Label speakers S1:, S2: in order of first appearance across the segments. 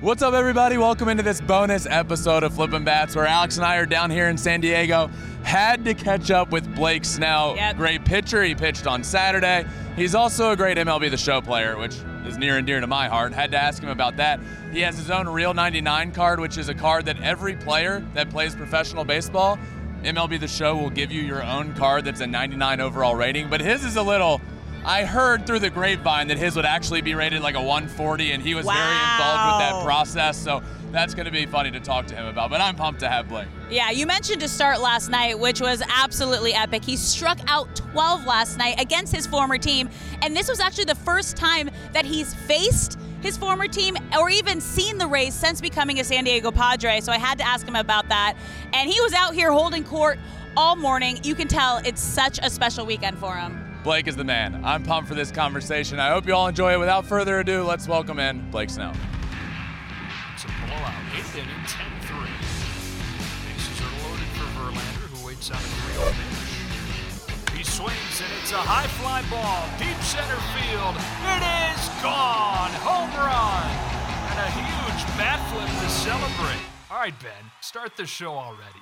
S1: What's up, everybody? Welcome into this bonus episode of Flippin' Bats, where Alex and I are down here in San Diego. Had to catch up with Blake Snell.
S2: Yep.
S1: Great pitcher. He pitched on Saturday. He's also a great MLB The Show player, which is near and dear to my heart. Had to ask him about that. He has his own Real 99 card, which is a card that every player that plays professional baseball, MLB The Show will give you your own card that's a 99 overall rating. But his is a little. I heard through the grapevine that his would actually be rated like a 140, and he was very involved with that
S2: Wow.
S1: process. So that's going to be funny to talk to him about. But I'm pumped to have Blake.
S2: Yeah, you mentioned his start last night, which was absolutely epic. He struck out 12 last night against his former team, and this was actually the first time that he's faced his former team or even seen the Rays since becoming a San Diego Padre. So I had to ask him about that. And he was out here holding court all morning. You can tell it's such a special weekend for him.
S1: Blake is the man. I'm pumped for this conversation. I hope you all enjoy it. Without further ado, let's welcome in Blake Snell.
S3: It's a blowout. Eighth inning, 10-3. Bases are loaded for Verlander, who waits out a 3 pitch. He swings, and it's a high fly ball, deep center field. It is gone. Home run. And a huge bat flip to celebrate. All right, Ben, start the show already.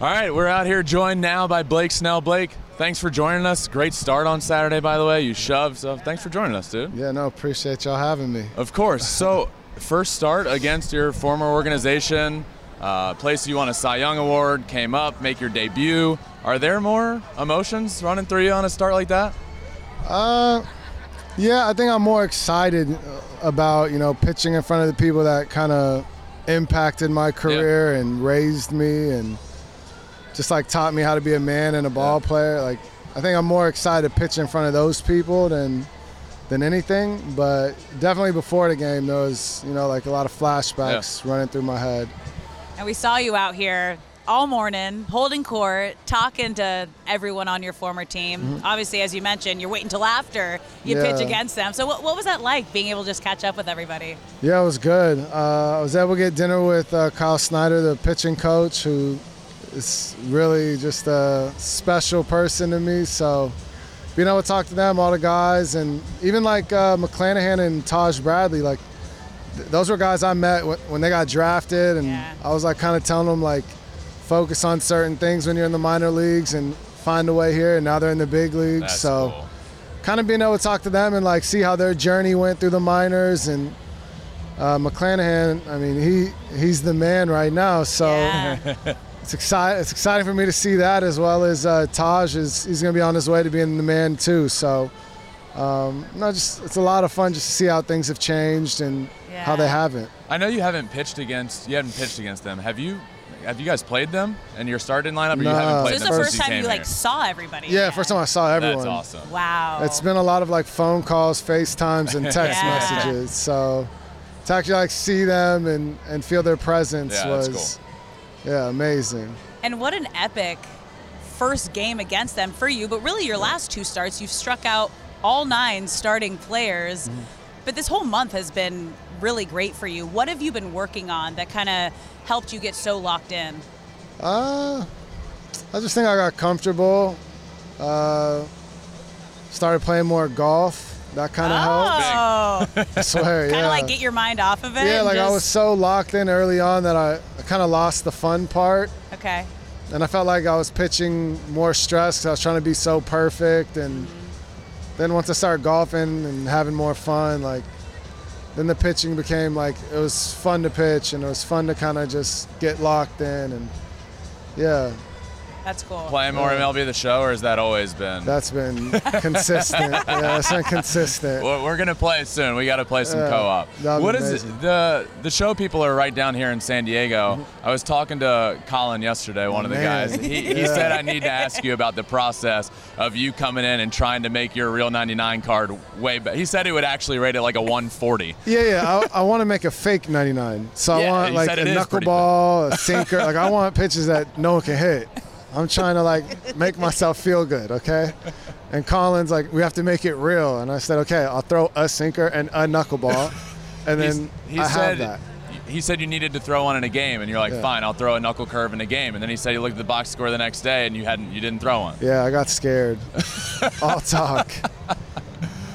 S1: All right, we're out here joined now by Blake Snell. Blake, thanks for joining us. Great start on Saturday, by the way. You shoved, so thanks for joining us, dude.
S4: Yeah, no, appreciate y'all having me.
S1: Of course. So, first start against your former organization, uh, place you won a Cy Young Award, came up, make your debut. Are there more emotions running through you on a start like that?
S4: Yeah, I think I'm more excited uh, about, you know, pitching in front of the people that kind of impacted my career and raised me and just like taught me how to be a man and a ball player. Like I think I'm more excited to pitch in front of those people than than anything, but definitely before the game there was, you know, like a lot of flashbacks running through my head.
S2: And we saw you out here all morning, holding court, talking to everyone on your former team. Obviously, as you mentioned, you're waiting till after you
S4: Mm-hmm. Yeah.
S2: pitch against them. So, what, what was that like being able to just catch up with everybody?
S4: Yeah, it was good. Uh, I was able to get dinner with uh, Kyle Snyder, the pitching coach, who is really just a special person to me. So being able to talk to them, all the guys, and even like uh, McClanahan and Taj Bradley, like th- those were guys I met when, when they got drafted, and
S2: Yeah.
S4: I was like kind of telling them like focus on certain things when you're in the minor leagues and find a way here. And now they're in the big leagues, so kind of being able to talk to them and like see how their journey went through the minors and uh, McClanahan. I mean, he he's the man right now. So
S2: Yeah.
S4: it's exciting. It's exciting for me to see that as well as uh, Taj is he's going to be on his way to being the man too. So um, no, just it's a lot of fun just to see how things have changed and how they
S2: Yeah.
S4: haven't.
S1: I know you haven't pitched against you haven't pitched against them. Have you? Have you guys played them and your starting lineup? Or you haven't
S4: No.
S1: played
S2: so, this is
S1: them
S2: the
S4: first
S1: since
S2: first time
S1: came
S2: you like
S1: here?
S2: saw everybody.
S4: Yeah, first time I saw everyone.
S1: That's awesome.
S2: Wow.
S4: It's been a lot of like phone calls, FaceTimes, and text
S2: Yeah.
S4: messages. So to actually like see them and, and feel their presence
S1: Yeah, that's
S4: was yeah amazing.
S2: and what an epic first game against them for you. But really, your last two starts, you've struck out all nine starting players. But this whole month has been really great for you. What have you been working on that kind of helped you get so locked in?
S4: Uh, I just think I got comfortable. Uh, started playing more golf. That kind of helped.
S2: Oh,
S4: I swear.
S2: kind of
S4: yeah.
S2: like get your mind off of it.
S4: yeah,
S2: and
S4: like I
S2: just-
S4: was so locked in early on that I, I kind of lost the fun part.
S2: Okay.
S4: and I felt like I was pitching more stress 'cause I was trying to be so perfect. And then once I started golfing and having more fun, like then the pitching became like it was fun to pitch and it was fun to kind of just get locked in and yeah,
S2: That's cool.
S1: Playing more MLB the show, or has that always been?
S4: That's been consistent. yeah, that's been consistent.
S1: We're, we're gonna play it soon. We gotta play some
S4: Yeah,
S1: co-op.
S4: that'd be
S1: What is
S4: amazing.
S1: the the show? People are right down here in San Diego. I was talking to Colin yesterday, one of the
S4: Mm-hmm. Man.
S1: guys. He, he said I need to ask you about the process of you coming in and trying to make your real 99 card way better. He said he would actually rate it like a 140.
S4: Yeah, yeah. I, I want to make a fake 99. So
S1: Yeah,
S4: I want
S1: you
S4: like
S1: said
S4: a
S1: it is pretty
S4: knuckleball, a sinker. Like I want pitches that no one can hit. I'm trying to like make myself feel good, okay? And Colin's like, we have to make it real. And I said, okay, I'll throw a sinker and a knuckleball, and then
S1: He's- he
S4: I
S1: said,
S4: have that.
S1: He said you needed to throw one in a game, and you're like,
S4: Yeah.
S1: fine, I'll throw a knuckle curve in a game. And then he said he looked at the box score the next day, and you hadn't, you didn't throw one.
S4: Yeah, I got scared. I'll talk.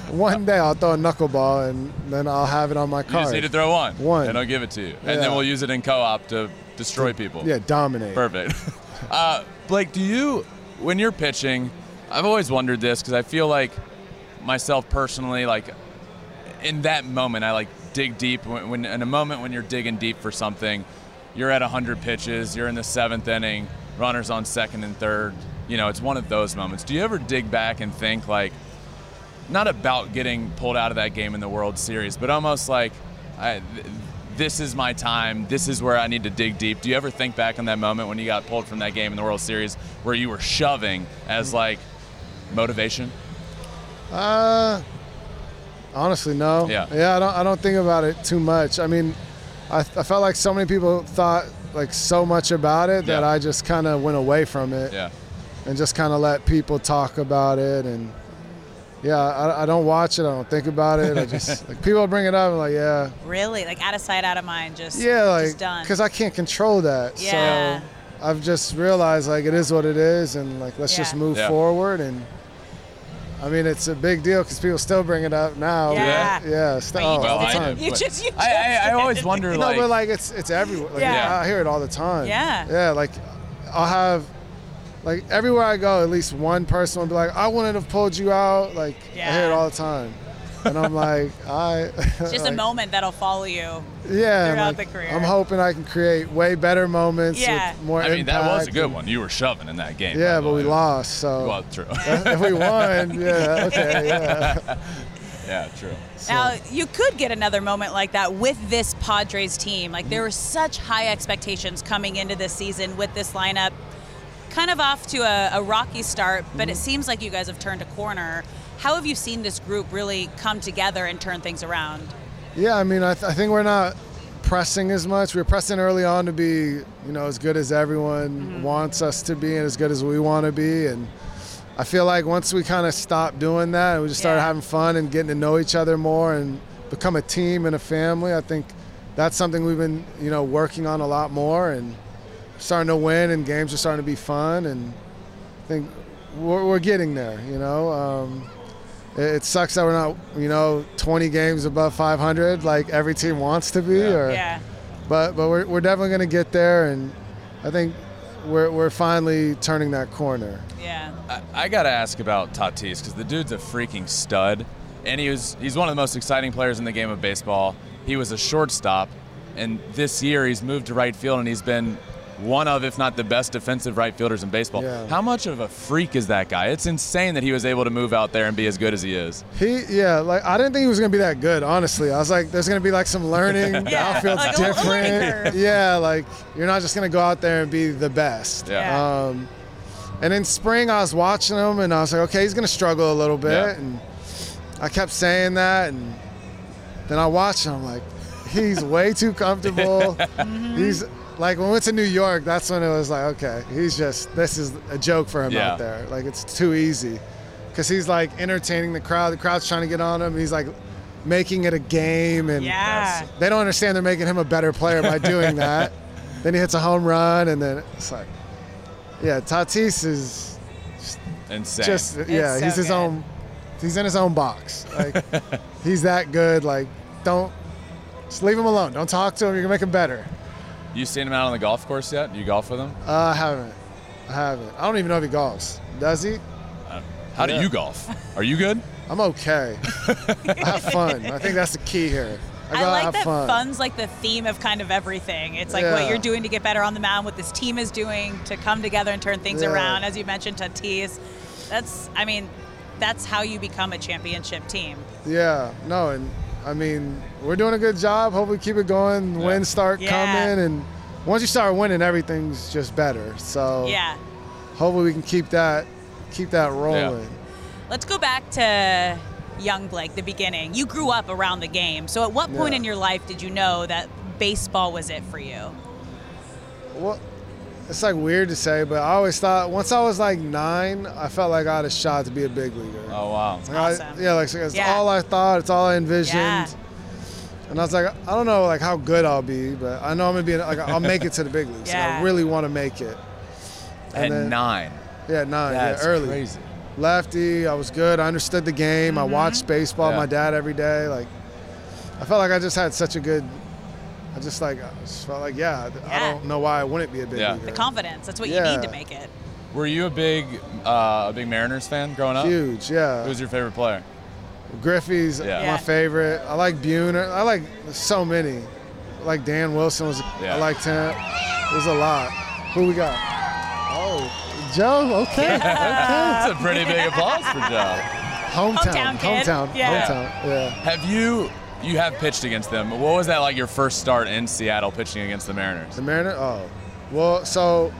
S4: One day I'll throw a knuckleball, and then I'll have it on my
S1: You just need to
S4: card.
S1: throw one,
S4: One.
S1: and I'll give it to you, and
S4: Yeah.
S1: then we'll use it in co-op to destroy people.
S4: Yeah, dominate.
S1: Perfect. Uh, Blake, do you, when you're pitching, I've always wondered this because I feel like myself personally, like in that moment, I like dig deep. When, when in a moment when you're digging deep for something, you're at 100 pitches, you're in the seventh inning, runners on second and third. You know, it's one of those moments. Do you ever dig back and think like, not about getting pulled out of that game in the World Series, but almost like, I, th- this is my time. This is where I need to dig deep. Do you ever think back on that moment when you got pulled from that game in the World Series, where you were shoving as like motivation?
S4: Uh, honestly, no.
S1: Yeah.
S4: Yeah, I don't. I don't think about it too much. I mean, I, I felt like so many people thought like so much about it that
S1: Yeah.
S4: I just kind of went away from it
S1: Yeah.
S4: and just kind of let people talk about it and. Yeah, I, I don't watch it. I don't think about it. I just like people bring it up. I'm like, yeah,
S2: Really, like out of sight, out of mind. Just
S4: yeah, like
S2: just done.
S4: because I can't control that.
S2: Yeah.
S4: So I've just realized like it is what it is, and like let's just
S2: Yeah.
S4: move
S1: Yeah.
S4: forward. And I mean, it's a big deal because people still bring it up now.
S2: Yeah.
S4: but- yeah, still
S2: Well,
S4: Oh, all the
S1: I-
S4: time.
S2: you just, you just
S1: I, I, I always wonder like,
S4: no, but like it's it's everywhere. Like,
S2: Yeah.
S4: I hear it all the time.
S2: Yeah.
S4: yeah, like I'll have like everywhere I go, at least one person will be like, "I wouldn't have pulled you out." Like I hear
S2: Yeah.
S4: it all the time. And I'm like, I.
S2: It's just
S4: like,
S2: a moment that'll follow you.
S4: Yeah, and,
S2: throughout
S4: like,
S2: the career.
S4: I'm hoping I can create way better moments
S2: Yeah.
S4: with more
S1: I mean, that was a
S4: impact
S1: good
S4: and-
S1: one. You were shoving in that game.
S4: Yeah,
S1: I
S4: but we
S1: believe.
S4: lost, so
S1: Well, true.
S4: if we won, yeah, okay, yeah.
S1: yeah, true.
S2: Now, you could get another moment like that with this Padres team. Like, there were such high expectations coming into this season with this lineup. Kind of off to a, a rocky start, but it seems like you guys have turned a corner. How have you seen this group really come together and turn things around?
S4: Yeah, I mean, I, th- I think we're not pressing as much. We were pressing early on to be, you know, as good as everyone wants us to be and as good as we want to be. And I feel like once we kind of stopped doing that and we just started
S2: Yeah.
S4: having fun and getting to know each other more and become a team and a family, I think that's something we've been, you know, working on a lot more and starting to win and games are starting to be fun. And I think we're, we're getting there, you know. Um, it, it sucks that we're not, you know, 20 games above 500 like every team wants to be. Or,
S2: Yeah.
S4: But but we're, we're definitely going to get there, and I think we're, we're finally turning that corner.
S2: Yeah.
S1: I, I gotta ask about Tatis because the dude's a freaking stud, and he was—he's one of the most exciting players in the game of baseball. He was a shortstop, and this year he's moved to right field, and he's been one of, if not the best, defensive right fielders in baseball.
S4: Yeah.
S1: How much of a freak is that guy? It's insane that he was able to move out there and be as good as he is.
S4: He yeah, like I didn't think he was gonna be that good. Honestly, I was like, there's gonna be like some learning. The
S2: Yeah,
S4: outfield's
S2: like a little learning curve.
S4: different. Yeah, like you're not just gonna go out there and be the best.
S2: Yeah.
S4: Um, and in spring, I was watching him, and I was like, okay, he's gonna struggle a little bit,
S1: Yeah.
S4: and I kept saying that, and then I watched him, I'm like, he's way too comfortable. He's like when we went to New York, that's when it was like, okay, he's just this is a joke for him
S1: Yeah.
S4: out there. Like it's too easy, because he's like entertaining the crowd. The crowd's trying to get on him. He's like making it a game, and
S2: Yeah.
S4: they don't understand they're making him a better player by doing that. then he hits a home run, and then it's like, yeah, Tatis is
S1: Insane.
S4: just uh, yeah,
S2: so
S4: he's his
S2: good.
S4: own. He's in his own box. Like he's that good. Like don't just leave him alone. Don't talk to him. You're gonna make him better.
S1: you seen him out on the golf course yet? You golf with him?
S4: Uh, I haven't. I haven't. I don't even know if he golfs. Does he?
S1: How
S4: Yeah.
S1: do you golf? Are you good?
S4: I'm okay. I have fun. I think that's the key here. I
S2: I
S4: gotta
S2: like
S4: have
S2: that
S4: fun.
S2: fun's like the theme of kind of everything. It's like
S4: Yeah.
S2: what you're doing to get better on the mound, what this team is doing to come together and turn things
S4: Yeah.
S2: around. As you mentioned, Tatis. That's, I mean, that's how you become a championship team.
S4: Yeah, no, and I mean we're doing a good job. Hope we keep it going. Wins start
S2: Yeah.
S4: coming, and once you start winning, everything's just better. So
S2: Yeah.
S4: hopefully we can keep that keep that rolling.
S2: Let's go back to young Blake, the beginning. You grew up around the game. So at what point
S4: Yeah.
S2: in your life did you know that baseball was it for you?
S4: Well, it's like weird to say, but I always thought once I was like nine, I felt like I had a shot to be a big leaguer.
S1: Oh wow.
S4: Like, I-
S2: Awesome.
S4: yeah, like so it's
S2: Yeah.
S4: all I thought. It's all I envisioned.
S2: Yeah.
S4: And I was like, I don't know, like how good I'll be, but I know I'm gonna be like I'll make it to the big leagues. Like,
S2: Yeah.
S4: I really want to make it.
S1: At
S4: then-
S1: nine.
S4: Yeah, nine.
S1: That's
S4: yeah, early.
S1: crazy.
S4: Lefty. I was good. I understood the game.
S2: Mm-hmm.
S4: I watched baseball.
S1: Yeah.
S4: My dad every day. Like, I felt like I just had such a good. I just like I just felt like yeah. I
S2: Yeah.
S4: don't know why I wouldn't be a big
S1: Yeah.
S4: leaguer.
S2: The confidence. That's what you
S4: Yeah.
S2: need to make it.
S1: Were you a big uh, a big Mariners fan growing up?
S4: Huge. Yeah.
S1: Who was your favorite player?
S4: Griffey's
S1: Yeah.
S4: my
S2: Yeah.
S4: favorite. I like Bune. I like so many. Like Dan Wilson was.
S1: Yeah.
S4: I liked him. There's a lot. Who we got? Oh, Joe. Okay.
S1: That's a pretty big applause for Joe.
S4: Hometown.
S2: Hometown kid.
S4: Hometown.
S2: Yeah.
S4: Hometown. Yeah.
S1: Have you you have pitched against them? What was that like your first start in Seattle pitching against the Mariners?
S4: The Mariner. Oh, well. So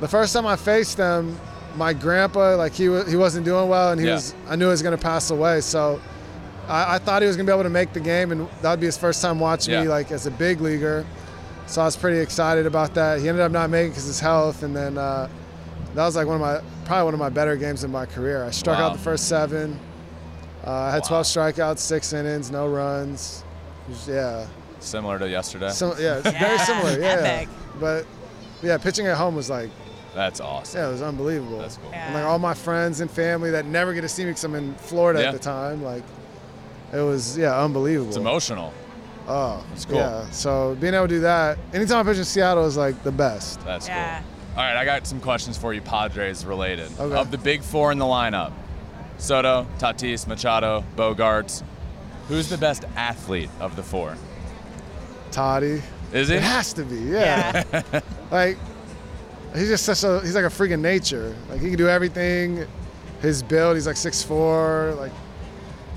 S4: the first time I faced them, my grandpa like he wa- he wasn't doing well, and he
S1: Yeah.
S4: was. I knew he was gonna pass away. So. I, I thought he was gonna be able to make the game, and that'd be his first time watching me
S1: Yeah.
S4: like as a big leaguer. So I was pretty excited about that. He ended up not making because his health, and then uh, that was like one of my probably one of my better games in my career. I struck
S1: Wow.
S4: out the first seven. Uh, I had
S1: Wow.
S4: 12 strikeouts, six innings, no runs. It was- yeah,
S1: Similar to yesterday.
S4: Sim- yeah, it's very
S2: Yeah,
S4: similar. Yeah,
S2: epic.
S4: but yeah, pitching at home was like,
S1: That's awesome.
S4: yeah, it was unbelievable.
S1: That's cool.
S2: Yeah.
S4: And like all my friends and family that never get to see me because I'm in Florida
S1: Yeah.
S4: at the time, like it was yeah, unbelievable.
S1: It's emotional.
S4: Oh,
S1: It's cool.
S4: Yeah, so being able to do that, anytime I pitch in Seattle is like the best.
S1: That's
S2: Yeah.
S1: cool. All right, I got some questions for you, Padres related.
S4: Okay.
S1: Of the big four in the lineup, Soto, Tatis, Machado, Bogarts, who's the best athlete of the four?
S4: Toddy,
S1: Is he?
S4: it has to be, yeah.
S2: Yeah.
S4: Like he's just such a he's like a freaking nature. Like he can do everything. His build, he's like 6'4", like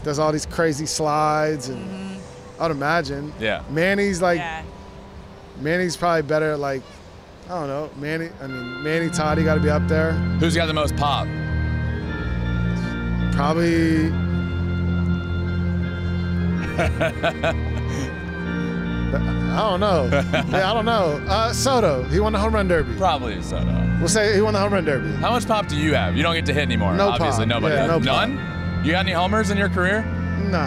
S4: does all these crazy slides and I'd imagine.
S1: Yeah.
S4: Manny's like
S2: yeah.
S4: Manny's probably better at like I don't know, Manny I mean Manny Toddy gotta be up there.
S1: Who's got the most pop?
S4: Probably I don't know. Yeah, I don't know. Uh, Soto, he won the home run derby.
S1: Probably Soto.
S4: We'll say he won the home run derby.
S1: How much pop do you have? You don't get to hit anymore.
S4: No
S1: Obviously,
S4: pop.
S1: nobody.
S4: Yeah, no pop.
S1: None? You got any homers in your career?
S4: Nah.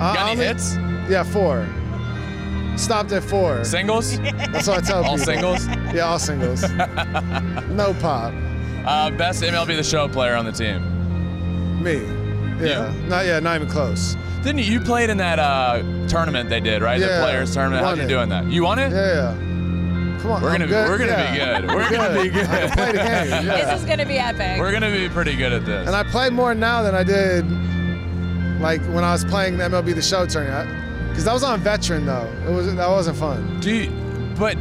S4: I-
S1: Got
S4: I
S1: any
S4: only-
S1: hits?
S4: Yeah, four. Stopped at four.
S1: Singles?
S4: That's what I tell
S1: All
S4: people.
S1: singles?
S4: Yeah, all singles. no pop.
S1: Uh, best MLB The Show player on the team.
S4: Me. Yeah. Not yeah, not even close.
S1: Didn't you, you played in that uh, tournament they did, right?
S4: Yeah,
S1: the players tournament.
S4: won
S1: How'd you
S4: it.
S1: do in that? You won it?
S4: Yeah, yeah. Come on.
S1: We're
S4: I'm
S1: gonna be-
S4: good.
S1: we're gonna
S4: yeah.
S1: be good. We're
S4: I'm
S1: gonna be good.
S4: I can play the game. yeah.
S2: This is going to be epic.
S1: We're gonna be pretty good at this.
S4: And I play more now than I did, like when I was playing the MLB The Show tournament, because that was on veteran though. It was that wasn't fun.
S1: Do you, but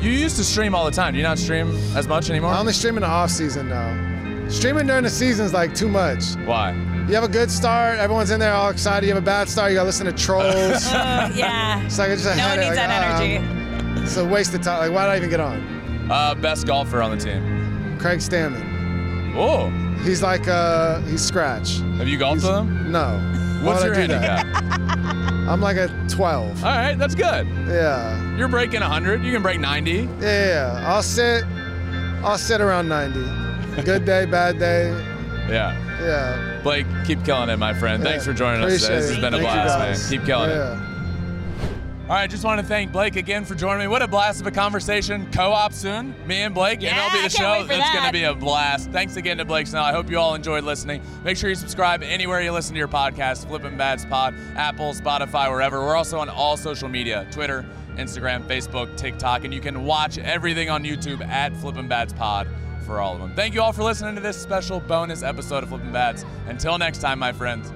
S1: you used to stream all the time. Do you not stream as much anymore?
S4: I only stream in the off season now. Streaming during the season's like too much.
S1: Why?
S4: You have a good start, everyone's in there all excited. You have a bad start, you gotta listen to trolls.
S2: Uh, yeah.
S4: It's like it's just a
S2: No one
S4: headache,
S2: needs
S4: like,
S2: that
S4: ah,
S2: energy.
S4: It's a waste of time. Like, why did I even get on?
S1: Uh, best golfer on the team.
S4: Craig Stammen.
S1: Oh,
S4: He's like, uh, he's scratch.
S1: have you golfed
S4: He's,
S1: with him?
S4: No. Why
S1: What's
S4: would
S1: your
S4: I do that?
S1: handicap?
S4: I'm like a 12.
S1: all right, that's good.
S4: Yeah.
S1: You're breaking 100. You can break 90.
S4: Yeah, yeah. I'll sit. I'll sit around 90. Good day, bad day.
S1: Yeah.
S4: Yeah.
S1: Blake, keep killing it, my friend. Thanks
S4: yeah.
S1: for joining us.
S4: Appreciate
S1: today. This
S4: it.
S1: has been a
S4: Thank you
S1: blast,
S4: guys.
S1: man. Keep killing it.
S4: yeah.
S1: All right, just want to thank Blake again for joining me. What a blast of a conversation. Co-op soon. Me and Blake,
S2: Yeah,
S1: MLB
S2: I
S1: The
S2: can't
S1: Show.
S2: wait for
S1: That's
S2: that.
S1: going to be a blast. Thanks again to Blake Snell. I hope you all enjoyed listening. Make sure you subscribe anywhere you listen to your podcast, Flippin' Bads Pod, Apple, Spotify, wherever. We're also on all social media, Twitter, Instagram, Facebook, TikTok, and you can watch everything on YouTube at Flippin' Bads Pod for all of them. Thank you all for listening to this special bonus episode of Flippin' Bats. Until next time, my friends,